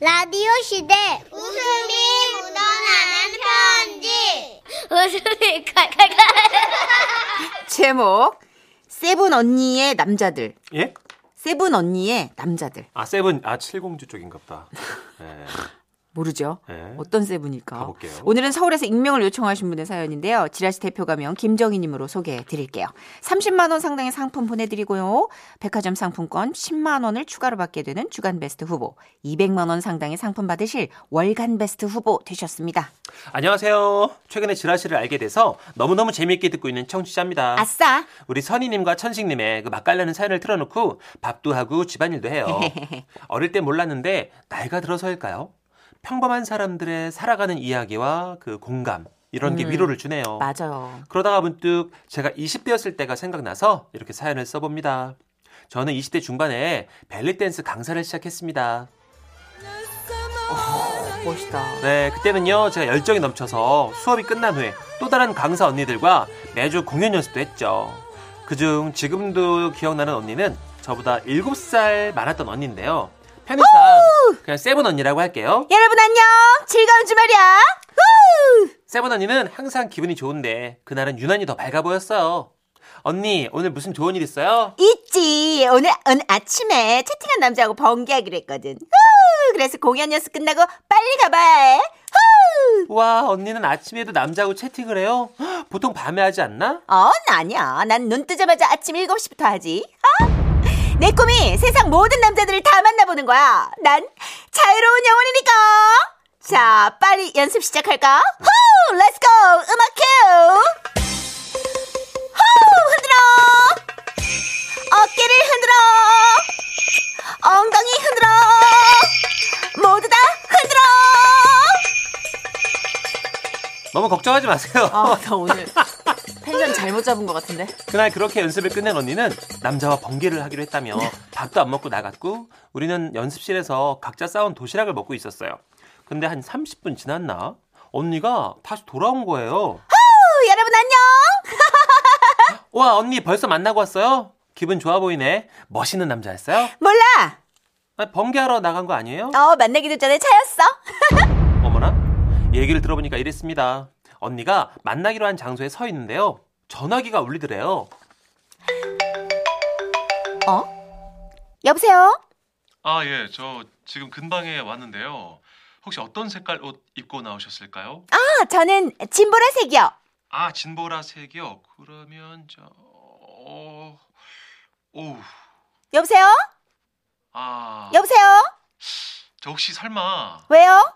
라디오 시대 웃음이 묻어나는 편지 웃음이 칼칼칼 제목 세븐 언니의 남자들 예? 세븐 언니의 남자들 아 세븐 아 칠공주 쪽인가 보다. 예. 모르죠 예. 어떤 세븐일까 가볼게요. 오늘은 서울에서 익명을 요청하신 분의 사연인데요 지라시 대표 가명 김정희님으로 소개해 드릴게요 30만 원 상당의 상품 보내드리고요 백화점 상품권 10만 원을 추가로 받게 되는 주간 베스트 후보 200만 원 상당의 상품 받으실 월간 베스트 후보 되셨습니다 안녕하세요. 최근에 지라시를 알게 돼서 너무너무 재미있게 듣고 있는 청취자입니다. 아싸 우리 선희님과 천식님의 그 맛깔나는 사연을 틀어놓고 밥도 하고 집안일도 해요. 어릴 때 몰랐는데 나이가 들어서일까요? 평범한 사람들의 살아가는 이야기와 그 공감 이런 게 위로를 주네요. 음, 맞아요 그러다가 문득 제가 20대였을 때가 생각나서 이렇게 사연을 써봅니다. 저는 20대 중반에 벨리댄스 강사를 시작했습니다. 멋있다 네, 그때는요, 제가 열정이 넘쳐서 수업이 끝난 후에 또 다른 강사 언니들과 매주 공연 연습도 했죠. 그중 지금도 기억나는 언니는 저보다 7살 많았던 언니인데요. 편의상 그냥 세븐 언니라고 할게요. 여러분 안녕 즐거운 주말이야 세븐 언니는 항상 기분이 좋은데 그날은 유난히 더 밝아 보였어요. 언니, 오늘 무슨 좋은 일 있어요? 있지. 오늘, 오늘 아침에 채팅한 남자하고 번개하기로 했거든. 후! 그래서 공연 연습 끝나고 빨리 가봐야 해. 와, 언니는 아침에도 남자하고 채팅을 해요? 헉, 보통 밤에 하지 않나? 어, 나 아니야. 난 눈 뜨자마자 아침 7시부터 하지. 어? 내 꿈이 세상 모든 남자들을 다 만나보는 거야. 난 자유로운 영혼이니까. 자, 빨리 연습 시작할까? 후! 렛츠고! 음악 큐! 후! 흔들어! 어깨를 흔들어! 엉덩이 흔들어! 모두 다 흔들어! 너무 걱정하지 마세요. 아, 나 오늘 펜션 잘못 잡은 것 같은데? 그날 그렇게 연습을 끝낸 언니는 남자와 번개를 하기로 했다며 밥도 안 먹고 나갔고 우리는 연습실에서 각자 싸온 도시락을 먹고 있었어요. 근데 한 30분 지났나? 언니가 다시 돌아온 거예요. 후, 여러분 안녕! 와 언니 벌써 만나고 왔어요? 기분 좋아 보이네. 멋있는 남자였어요? 몰라! 아, 번개하러 나간 거 아니에요? 어, 만나기도 전에 차였어. 어머나 얘기를 들어보니까 이랬습니다. 언니가 만나기로 한 장소에 서 있는데요. 전화기가 울리더래요. 어? 여보세요? 아, 예, 저 지금 근방에 왔는데요. 혹시 어떤 색깔 옷 입고 나오셨을까요? 아, 저는 진보라색이요. 아, 진보라색이요. 그러면 저 어... 오우. 여보세요? 어. 아, 여보세요? 저 혹시 설마 왜요? 어,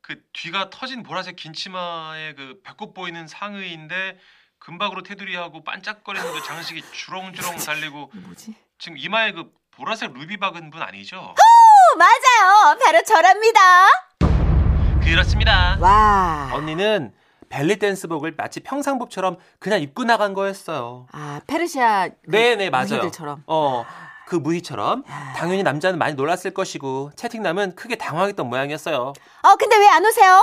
그 뒤가 터진 보라색 긴 치마에 그 배꼽 보이는 상의인데 금박으로 테두리하고 반짝거리는 그 장식이 주렁주렁 달리고 뭐지? 지금 이마에 그 보라색 루비 박은 분 아니죠? 오, 맞아요. 바로 저랍니다. 그렇습니다. 와. 언니는 벨리 댄스복을 마치 평상복처럼 그냥 입고 나간 거였어요. 아, 페르시아. 그 네네 맞아요. 무희들처럼. 어. 그 무희처럼 당연히 남자는 많이 놀랐을 것이고 채팅남은 크게 당황했던 모양이었어요. 어, 근데 왜 안 오세요?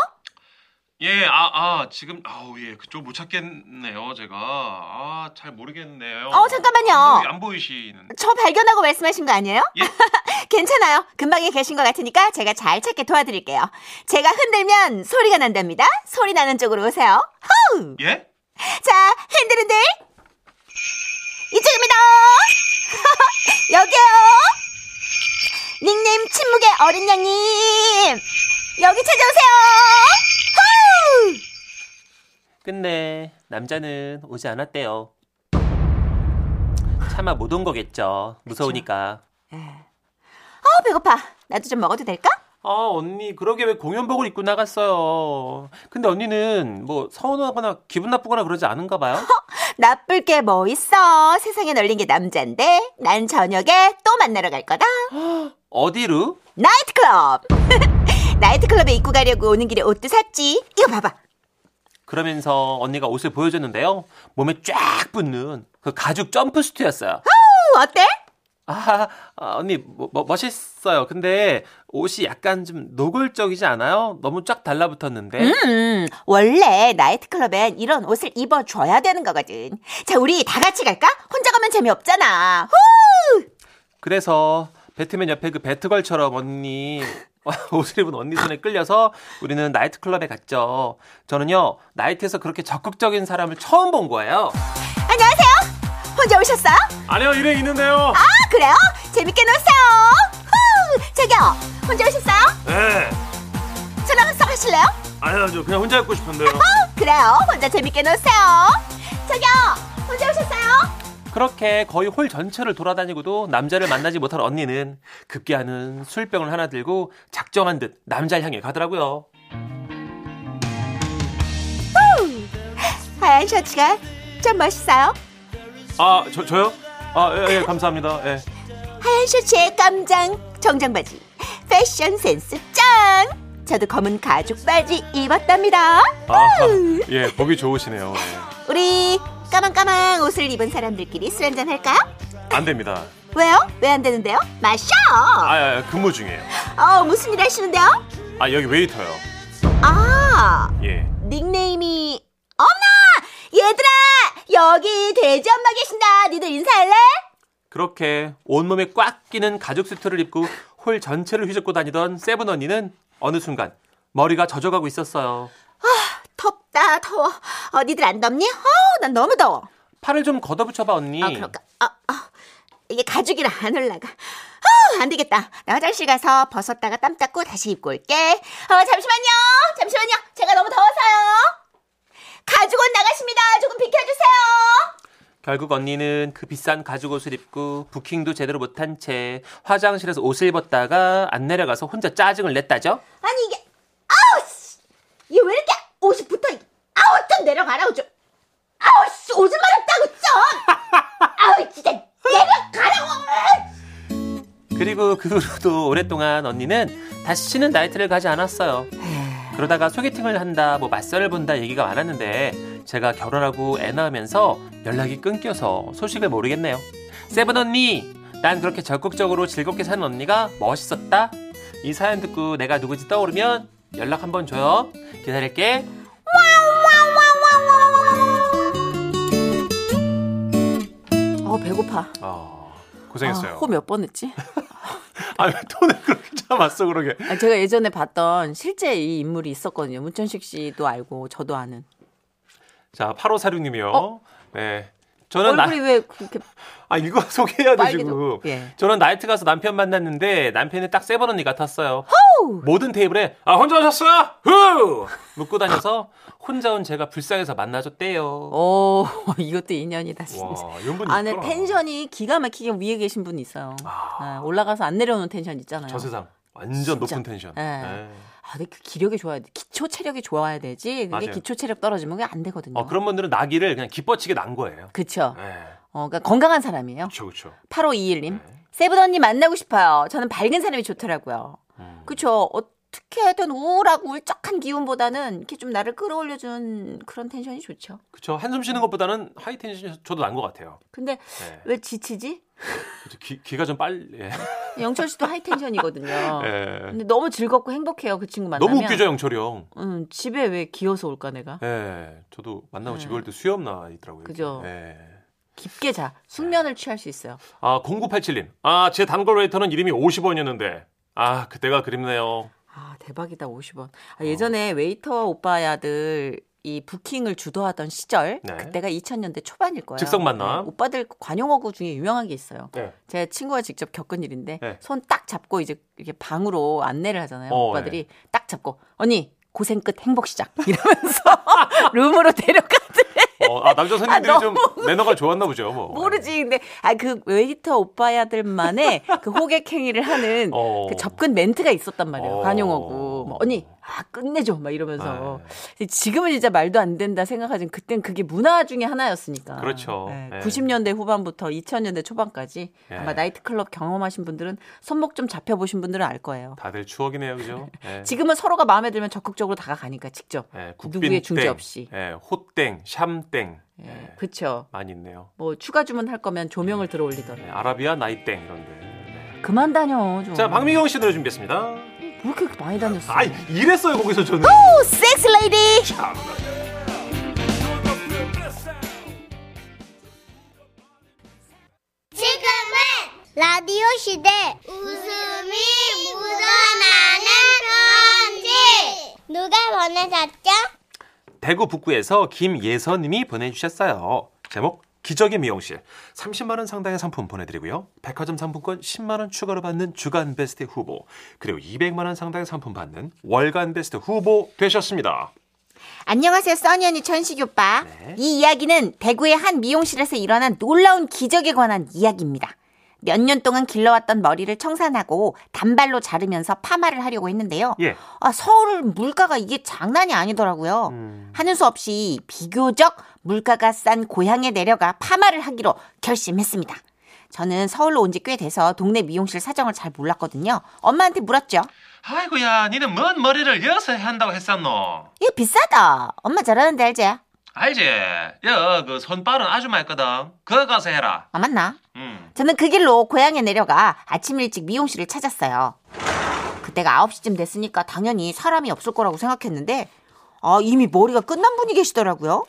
예, 아, 아, 지금, 아우, 예, 그쪽 못 찾겠네요, 제가. 아, 잘 모르겠네요. 어, 잠깐만요. 안, 보이, 안 보이시는. 저 발견하고 말씀하신 거 아니에요? 예. 괜찮아요. 근방에 계신 것 같으니까 제가 잘 찾게 도와드릴게요. 제가 흔들면 소리가 난답니다. 소리 나는 쪽으로 오세요. 호우! 예? 자, 흔들흔들. 이쪽입니다. 여기요. 닉네임 침묵의 어린 양님. 여기 어, 찾아오세요. 후! 끝내 남자는 오지 않았대요. 차마 못 온 거겠죠. 무서우니까. 어, 배고파. 나도 좀 먹어도 될까? 아 언니 그러게 왜 공연복을 입고 나갔어요. 근데 언니는 뭐 서운하거나 기분 나쁘거나 그러지 않은가 봐요. 나쁠 게 뭐 있어. 세상에 널린 게 남잔데. 난 저녁에 또 만나러 갈 거다. 어디로? 나이트클럽. 나이트클럽에 입고 가려고 오는 길에 옷도 샀지. 이거 봐봐. 어, 그러면서 언니가 옷을 보여줬는데요. 몸에 쫙 붙는 그 가죽 점프수트였어요. 어, 어때? 아, 아, 언니 뭐, 뭐, 멋있어요. 근데 옷이 약간 좀 노골적이지 않아요? 너무 쫙 달라붙었는데. 음, 원래 나이트클럽엔 이런 옷을 입어줘야 되는 거거든. 자, 우리 다 같이 갈까? 혼자 가면 재미없잖아. 후! 그래서 배트맨 옆에 그 배트걸처럼 언니 옷을 입은 언니 손에 끌려서 우리는 나이트클럽에 갔죠. 저는요, 나이트에서 그렇게 적극적인 사람을 처음 본 거예요. 안녕하세요. 혼자 오셨어요? 아니요 일행 있는데요. 아, 그래요? 재밌게 노세요. 후, 저기요. 혼자 아! 오셨어요? 네. 저랑 한석 하실래요? 어, 아니요 저 그냥 혼자 있고 싶은데요. 그래요. 혼자 재밌게 노세요. 저기요. 혼자 오셨어요? 그렇게 거의 홀 전체를 돌아다니고도 남자를 만나지 못한 언니는 급기야는 술병을 하나 들고 작정한 듯 남자를 향해 가더라고요. 하얀 셔츠가 참 멋있어요. 아, 저, 저요? 아, 예, 예, 감사합니다. 예. 하얀 셔츠에 깜장 정장 바지 패션 센스 짠 저도 검은 가죽 바지 입었답니다 아, 예 보기 좋으시네요. 예. 우리 까망까망 옷을 입은 사람들끼리 술 한잔 할까요? 안 됩니다. 왜요? 왜 안 되는데요? 마셔 아 근무 중이에요. 어 무슨 일 하시는데요? 아 여기 웨이터요. 아 예. 닉네임이 엄마 얘들아 여기 돼지 엄마 계신다 니들 인사할래? 그렇게 온몸에 꽉 끼는 가죽 수트를 입고 홀 전체를 휘젓고 다니던 세븐 언니는 어느 순간 머리가 젖어가고 있었어요. 덥다 더워 어, 니들 안 덥니? 어우 난 너무 더워 팔을 좀 걷어붙여봐 언니. 아, 그럴까? 아, 아, 이게 가죽이라 안 올라가. 아, 안 되겠다. 나 화장실 가서 벗었다가 땀 닦고 다시 입고 올게. 어, 잠시만요. 잠시만요. 제가 너무 더워서요. 가죽 옷 나가십니다. 조금 비켜주세요. 결국 언니는 그 비싼 가죽 옷을 입고 부킹도 제대로 못한 채 화장실에서 옷을 입었다가 안 내려가서 혼자 짜증을 냈다죠. 아니, 이게, 아우, 씨. 이게 왜 이렇게 옷이 붙어? 아우, 좀 내려가라고 좀. 아우, 씨. 오줌 마렵다고 좀. 아우, 진짜 내려가라고. 그리고 그 후로도 오랫동안 언니는 다시는 나이트를 가지 않았어요. 그러다가 소개팅을 한다, 뭐 맞설을 본다 얘기가 많았는데 제가 결혼하고 애 낳으면서 연락이 끊겨서 소식을 모르겠네요. 세븐 언니, 난 그렇게 적극적으로 즐겁게 사는 언니가 멋있었다. 이 사연 듣고 내가 누구지 떠오르면 연락 한번 줘요. 기다릴게. 어 배고파. 아 고생했어요. 호 몇 번 했지? 아니 왜 톤을 그렇게 잡았어 그러게. 아, 제가 예전에 봤던 실제 이 인물이 있었거든요. 문천식 씨도 알고 저도 아는. 자 8546님이요. 네. 저는 나, 어? 얼굴이 왜 그렇게 아 이거 소개해야 돼 지금. 빨개져? 예. 저는 나이트 가서 남편 만났는데 남편이 딱 세븐 언니 같았어요. 모든 테이블에 아 혼자 오셨어요? 후! 묻고 다녀서 혼자 온 제가 불쌍해서 만나줬대요. 어 이것도 인연이다 진짜. 와 연분이 안에 있구나. 텐션이 기가 막히게 위에 계신 분이 있어요. 아, 네, 올라가서 안 내려오는 텐션 있잖아요. 아. 저 세상 완전 진짜. 높은 텐션. 예. 네. 아, 근데 그 기력이 좋아야 돼. 기초 체력이 좋아야 되지. 그게 맞아요. 아, 기초 체력 떨어지면 그게 안 되거든요. 어, 그런 분들은 나기를 그냥 기뻐치게 난 거예요. 그쵸. 네. 어, 그러니까 건강한 사람이에요. 그렇죠 그렇죠. 8521님. 세븐 언니 만나고 싶어요. 저는 밝은 사람이 좋더라고요. 음. 그쵸. 어떻게든 우울하고 울적한 기운보다는 이렇게 좀 나를 끌어올려준 그런 텐션이 좋죠. 그렇죠. 한숨 쉬는 것보다는 하이 텐션에서 저도 난 것 같아요. 근데 네. 왜 지치지? 그렇죠. 귀, 귀가 좀 빨리. 예. 영철 씨도 하이 텐션이거든요. 예. 근데 너무 즐겁고 행복해요. 그 친구 어. 음. 만나면. 너무 웃기죠 영철이 형. 음, 집에 왜 기어서 올까 내가? 예. 저도 만나고 네. 집에 올 때 수염 나 있더라고요. 이렇게. 그죠. 예. 깊게 자. 숙면을 취할 수 있어요. 아, 0987님. 아, 제 단골 웨이터는 이름이 50원이었는데. 아, 그때가 그립네요. 아, 대박이다. 50원. 어. 아, 예전에 웨이터 오빠야들 이 부킹을 주도하던 시절 네. 그때가 2000년대 초반일 거예요. 네, 즉석 만남. 오빠들 관용어구 중에 유명한 게 있어요. 네. 제 친구가 직접 겪은 일인데 네. 손 딱 잡고 이제 이렇게 방으로 안내를 하잖아요. 어, 오빠들이 딱 잡고 언니 고생 끝 행복 시작 이러면서 룸으로 데려가더래. 어, 아, 남자 손님들이 아, 좀 매너가 좋았나 보죠, 뭐. 모르지. 근데 아 그 웨이터 오빠야들만의 그 호객 행위를 하는 어. 그 접근 멘트가 있었단 말이에요. 어. 관용어고 뭐, 언니 아 끝내줘 막 네. 이러면서 근데 지금은 진짜 말도 안 된다 생각하지만 그땐 그게 문화 중에 하나였으니까. 그렇죠. 네, 네. 90년대 후반부터 2000년대 초반까지 네. 아마 나이트클럽 경험하신 분들은 손목 좀 잡혀보신 분들은 알 거예요. 다들 추억이네요, 그죠? 예. 지금은 서로가 마음에 들면 적극적으로 다가가니까 직접 예, 누구의 중재 없이. 예, 호땡, 샴땡. 예, 예, 그쵸. 많이 있네요. 뭐 추가 주문할 거면 조명을 들어올리더라. 예, 아라비아 나이땡 이런데. 네. 그만 다녀 좀. 자, 박미경 씨 노래 준비했습니다. 왜 이렇게 많이 다녔어? 아, 이랬어요, 거기서 저는. 섹스 레이디 지금은 라디오 시대 웃음이 묻어나는 누가 보내셨죠? 대구 북구에서 김예선님이 보내주셨어요. 제목 기적의 미용실 30만 원 상당의 상품 보내드리고요. 백화점 상품권 10만 원 추가로 받는 주간 베스트 후보 그리고 200만 원 상당의 상품 받는 월간 베스트 후보 되셨습니다. 안녕하세요, 써니 언니 천식이 오빠. 네. 이 이야기는 대구의 한 미용실에서 일어난 놀라운 기적에 관한 이야기입니다. 몇 년 동안 길러왔던 머리를 청산하고 단발로 자르면서 파마를 하려고 했는데요. 예. 아, 서울 물가가 이게 장난이 아니더라고요. 하는 수 없이 비교적 물가가 싼 고향에 내려가 파마를 하기로 결심했습니다. 저는 서울로 온 지 꽤 돼서 동네 미용실 사정을 잘 몰랐거든요. 엄마한테 물었죠. 아이고야, 니는 뭔 머리를 여서 해야 한다고 했었노? 이거 "예, 비싸다. 엄마 잘하는데 알지? 아, 알지? 여, 그 손빠른 아줌마 있거든. 그거 가서 해라. 아, 맞나? 음. 저는 그 길로 고향에 내려가 아침 일찍 미용실을 찾았어요. 그때가 9시쯤 됐으니까 당연히 사람이 없을 거라고 생각했는데 아, 이미 머리가 끝난 분이 계시더라고요.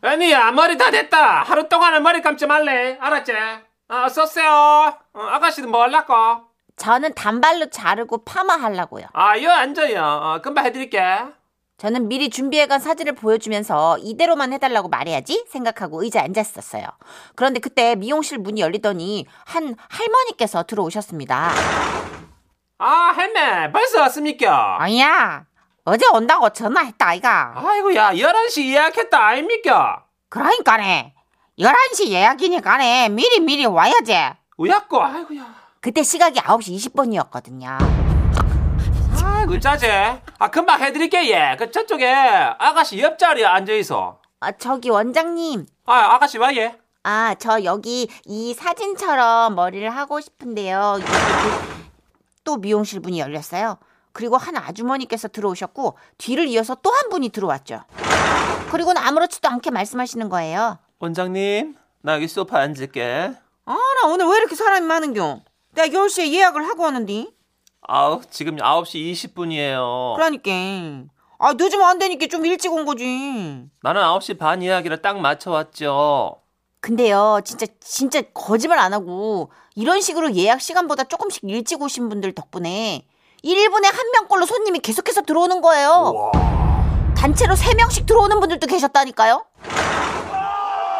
아니야 머리 다 됐다 하루 동안은 머리 감지 말래 알았지? 어, 어서 오세요 어, 아가씨도 뭐 할라고? 저는 단발로 자르고 파마하려고요. 아, 여 앉아요 어, 금방 해드릴게 저는 미리 준비해간 사진을 보여주면서 이대로만 해달라고 말해야지 생각하고 의자에 앉았었어요. 그런데 그때 미용실 문이 열리더니 한 할머니께서 들어오셨습니다. 아 할매 벌써 왔습니까? 아니야, 어제 온다고 전화했다, 아이가. 아이고야 11시 예약했다 아닙니까? 그러니까네. 11시 예약이니까네. 미리 미리 와야지. 우야꼬 아이고야 그때 시각이 9시 20분이었거든요. 아이고 짜제 아 금방 해드릴게 예그 저쪽에 아가씨 옆자리에 앉아있어 아, 저기 원장님. 아 아가씨 와예 아, 저 여기 이 사진처럼 머리를 하고 싶은데요. 이렇게 그- 또 미용실 문이 열렸어요. 그리고 한 아주머니께서 들어오셨고 뒤를 이어서 또 한 분이 들어왔죠. 그리고는 아무렇지도 않게 말씀하시는 거예요. 원장님 나 여기 소파 앉을게. 아, 나 오늘 왜 이렇게 사람이 많은겨? 내가 10시에 예약을 하고 왔는데. 아우 어, 지금 9시 20분이에요. 그러니까. 아, 늦으면 안 되니까 좀 일찍 온 거지. 나는 9시 반 예약이라 딱 맞춰 왔죠. 근데요, 진짜, 진짜 거짓말 안 하고, 이런 식으로 예약 시간보다 조금씩 일찍 오신 분들 덕분에, 1분에 한 명꼴로 손님이 계속해서 들어오는 거예요. 단체로 3명씩 들어오는 분들도 계셨다니까요?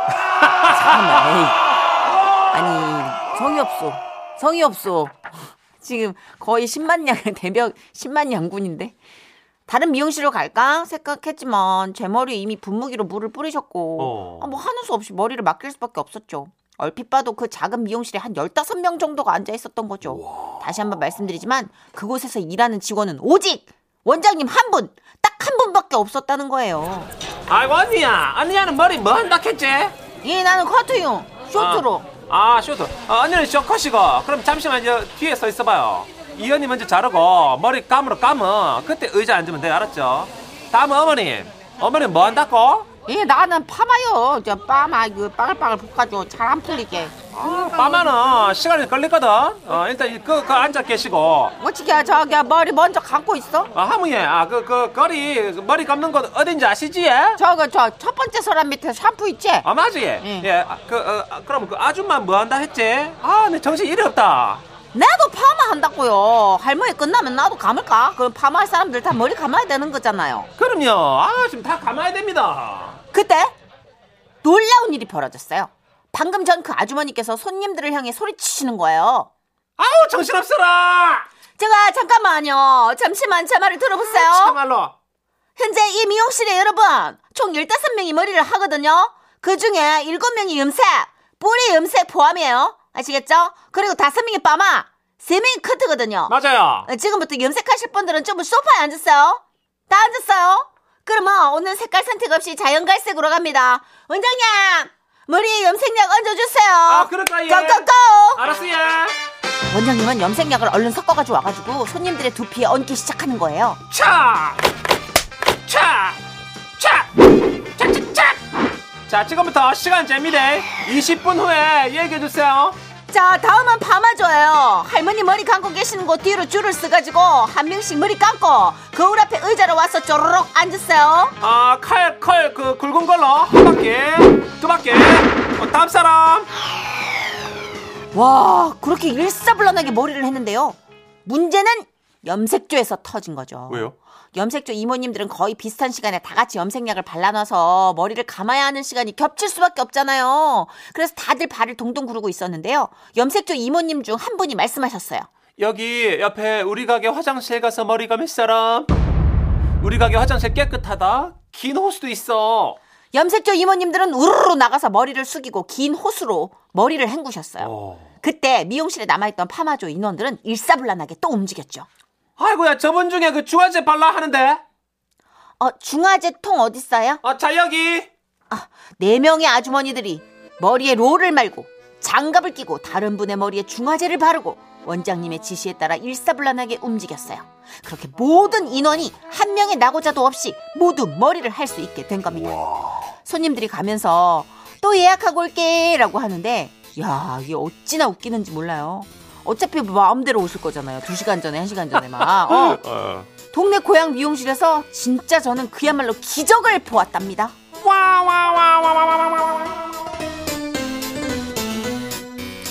잠깐만, 에이. 아니, 성의 없어. 성의 없어. 지금 거의 10만 양, 대벽 10만 양군인데. 다른 미용실로 갈까? 생각했지만, 제 머리에 이미 분무기로 물을 뿌리셨고, 어. 아, 뭐 하는 수 없이 머리를 맡길 수밖에 없었죠. 얼핏 봐도 그 작은 미용실에 한 15명 정도가 앉아 있었던 거죠. 다시 한번 말씀드리지만, 그곳에서 일하는 직원은 오직 원장님 한 분, 딱 한 분밖에 없었다는 거예요. 아이고 언니야 언니야는 머리 뭐 한다 했지? 예, 나는 커트요. 쇼트로. 아, 쇼트. 아, 언니는 쇼컷이고. 그럼 잠시만 저 뒤에 서 있어봐요. 이 언니 먼저 자르고 머리 감으로 감어. 그때 의자 앉으면 돼, 알았죠? 다음은 어머님. 어머님 뭐 한다고? 예, 나는 파마요. 저 파마, 그, 빠글빠글 볶아줘. 잘 안 풀리게. 어, 빠마는 시간이 걸리거든. 어, 일단 이- 그, 그 앉아 계시고. 어찌게, 저기, 머리 먼저 감고 있어? 아, 하무예. 아, 그, 그, 거리, 그 머리 감는 곳 어딘지 아시지? 예? 저거, 저, 첫 번째 사람 밑에 샴푸 있지? 아, 맞지? 예. 아, 그, 어, 아, 그럼 그 아줌마 뭐 한다 했지? 아, 내 정신 이리 없다. 나도 파마 한다고요. 할머니 끝나면 나도 감을까? 그럼 파마할 사람들 다 머리 감아야 되는 거잖아요. 그럼요. 아, 지금 다 감아야 됩니다. 그때 놀라운 일이 벌어졌어요. 방금 전 그 아주머니께서 손님들을 향해 소리치시는 거예요. 아우, 어, 정신없어라! 제가 잠깐만요. 잠시만 제 말을 들어보세요. 참말로. 현재 이 미용실에 여러분 총 15명이 머리를 하거든요. 그중에 7명이 염색, 뿌리 염색 포함이에요. 아시겠죠? 그리고 5명이 파마, 3명이 커트거든요. 맞아요. 어, 지금부터 염색하실 분들은 좀 소파에 앉으세요. 다 앉았어요? 그러면 오늘 색깔 선택 없이 자연갈색으로 갑니다. 원장님! 머리에 염색약 얹어주세요. 아, 그럴까요? 고고고! 알았어요. 원장님은 염색약을 얼른 섞어가지고 와가지고 손님들의 두피에 얹기 시작하는 거예요. 차! 차! 차! 차! 차! 차! 자, 지금부터 시간 재미래. 20분 후에 얘기해주세요. 자, 다음은 파마조예요. 할머니 머리 감고 계시는 곳 뒤로 줄을 쓰가지고 한 명씩 머리 감고 거울 앞에 의자로 와서 쪼르륵 앉으세요. 아, 칼, 칼, 그, 굵은 걸로. 한 바퀴, 두 바퀴. 어, 다음 사람. 와, 그렇게 일사불란하게 머리를 했는데요. 문제는 염색조에서 터진 거죠. 왜요? 염색조 이모님들은 거의 비슷한 시간에 다 같이 염색약을 발라놔서 머리를 감아야 하는 시간이 겹칠 수밖에 없잖아요. 그래서 다들 발을 동동 구르고 있었는데요. 염색조 이모님 중 한 분이 말씀하셨어요. 여기 옆에 우리 가게 화장실 가서 머리 감을 사람. 우리 가게 화장실 깨끗하다. 긴 호수도 있어. 염색조 이모님들은 우르르 나가서 머리를 숙이고 긴 호수로 머리를 헹구셨어요. 그때 미용실에 남아있던 파마조 인원들은 일사불란하게 또 움직였죠. 아이고야 저번 중에 그 주화제 발라 하는데. 어, 중화제 통 어딨어요? 아, 자 여기. 네 명의 아주머니들이 머리에 롤을 말고 장갑을 끼고 다른 분의 머리에 중화제를 바르고 원장님의 지시에 따라 일사불란하게 움직였어요. 그렇게 모든 인원이 한 명의 낙오자도 없이 모두 머리를 할 수 있게 된 겁니다. 손님들이 가면서 또 예약하고 올게라고 하는데 야 이게 어찌나 웃기는지 몰라요. 어차피 마음대로 오실 거잖아요. 두 시간 전에 한 시간 전에 막 어. 동네 고향 미용실에서 진짜 저는 그야말로 기적을 보았답니다.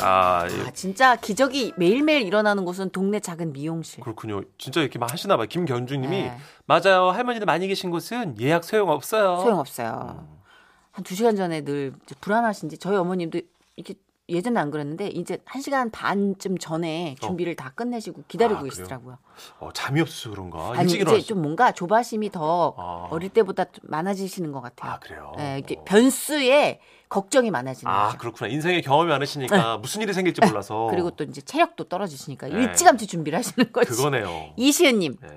아, 아, 진짜 기적이 매일매일 일어나는 곳은 동네 작은 미용실. 그렇군요. 진짜 이렇게 막 하시나 봐요. 김경주님이 네. 맞아요. 할머니들 많이 계신 곳은 예약 소용 없어요. 소용없어요. 한 두 시간 전에 늘 이제 불안하신지 저희 어머님도 이렇게 예전에 안 그랬는데 이제 한 시간 반쯤 전에 준비를 다 끝내시고 기다리고 어. 아, 그래요? 계시더라고요. 어, 잠이 없어서 그런가? 아니 일찍 이제 일어났어. 좀 뭔가 조바심이 더 아. 어릴 때보다 좀 많아지시는 것 같아요. 아, 그래요. 네, 이렇게 어. 변수에 걱정이 많아지는 아, 거죠. 네. 그렇구나. 인생에 경험이 많으시니까 무슨 일이 생길지 몰라서. 그리고 또 이제 체력도 떨어지시니까 네. 일찌감치 준비를 하시는 거지. 그거네요. 이시은님, 네.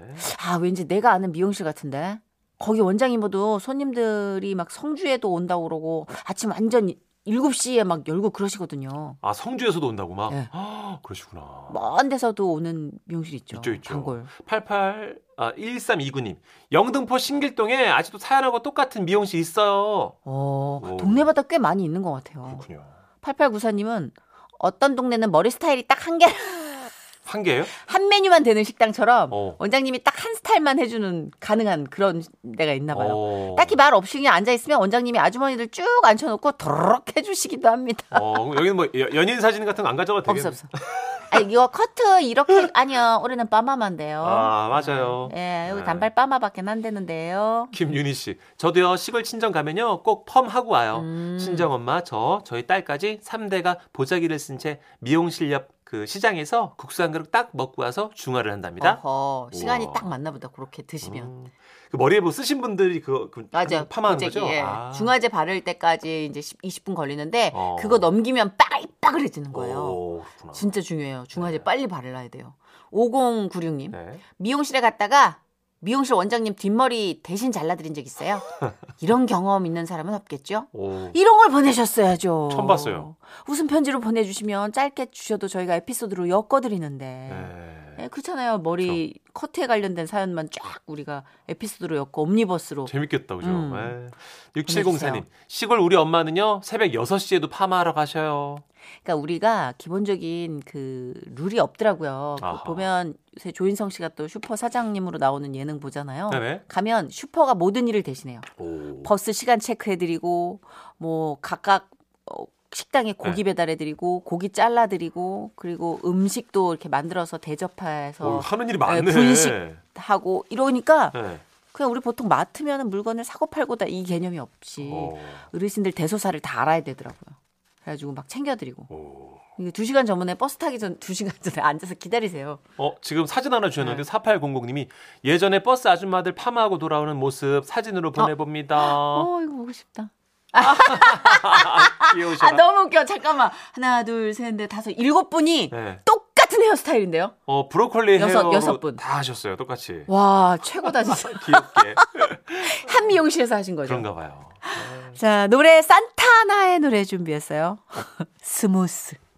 아, 왠지 내가 아는 미용실 같은데. 거기 원장이모도 손님들이 막 성주에도 온다고 그러고 아침 완전 7시에 막 열고 그러시거든요. 아, 성주에서도 온다고 막. 네. 아, 그러시구나. 먼 데서도 오는 미용실 있죠. 있죠, 있죠. 단골. 88 아, 1329님. 영등포 신길동에 아직도 사연하고 똑같은 미용실 있어요. 어, 오. 동네마다 꽤 많이 있는 것 같아요. 그렇군요. 8894님은 어떤 동네는 머리 스타일이 딱 한 개, 한 개예요? 한 메뉴만 되는 식당처럼 어. 원장님이 딱 한 스타일만 해주는 가능한 그런 데가 있나 봐요. 어. 아, 딱히 말 없이 그냥 앉아있으면 원장님이 아주머니들 쭉 앉혀놓고 도르륵 해주시기도 합니다. 어, 그럼 여기는 뭐 여- 연인 사진 같은 거 안 가져가도 되겠네. 없어 없어. 아 이거 커트 이렇게 아니요. 올해는 빠마만데요. 아, 맞아요. 예, 여기 네. 단발 빠마밖에 안 되는데요. 김윤희 씨, 저도요 시골 친정 가면요 꼭 펌 하고 와요. 음. 친정 엄마, 저, 저희 딸까지 3대가 보자기를 쓴 채 미용실 옆 그 시장에서 국수 한 그릇 딱 먹고 와서 중화를 한답니다. 어허, 시간이 우와. 딱 맞나 보다. 그렇게 드시면. 음. 그 머리에 뭐 쓰신 분들이 그, 그 맞아. 파마하는 갑자기, 거죠? 예. 아. 중화제 바를 때까지 이제 10, 20분 걸리는데 어. 그거 넘기면 빠글빠글해지는 거예요. 오, 그렇구나. 진짜 중요해요. 중화제 빨리 바르야 돼요. 5096님. 네. 미용실에 갔다가 미용실 원장님 뒷머리 대신 잘라드린 적 있어요. 이런 경험 있는 사람은 없겠죠? 오. 이런 걸 보내셨어야죠. 처음 봤어요. 웃음 편지로 보내주시면 짧게 주셔도 저희가 에피소드로 엮어드리는데. 네. 그렇죠. 예, 그렇잖아요. 머리 커트에 관련된 사연만 쫙 우리가 에피소드로 엮고 옴니버스로. 재밌겠다, 그죠? 음. 예. 6704님, 시골 우리 엄마는요, 새벽 6시에도 파마하러 가셔요. 그러니까 우리가 기본적인 그 룰이 없더라고요. 그 아하. 보면 요새 조인성 씨가 또 슈퍼 사장님으로 나오는 예능 보잖아요. 네네. 가면 슈퍼가 모든 일을 대신해요. 오. 버스 시간 체크해드리고 뭐 각각 어, 식당에 고기 배달해드리고 고기 잘라드리고 그리고 음식도 이렇게 만들어서 오, 대접해서 하는 일이 많네. 네, 분식. 예. 하고 이러니까 네. 그냥 우리 보통 마트면 물건을 사고 팔고 다 이 개념이 없이 오. 어르신들 대소사를 다 알아야 되더라고요. 그래가지고 막 챙겨드리고 오. 이게 두 시간 전에 버스 타기 전 두 시간 전에 앉아서 기다리세요. 어, 지금 사진 하나 네. 주셨는데 4800님이 예전에 버스 아줌마들 파마하고 돌아오는 모습 사진으로 보내봅니다. 어 이거 보고 싶다. 귀여우셔. 아 너무 웃겨. 잠깐만 하나 둘셋넷 다섯 일곱 분이 네. 똑같은 헤어스타일인데요. 어, 브로콜리 여섯- 헤어로 여섯 분. 다 하셨어요. 똑같이. 와 최고다 진짜. 귀엽게. 한 미용실에서 하신 거죠. 그런가 봐요. 자 노래 산타나의 노래 준비했어요. 스무스.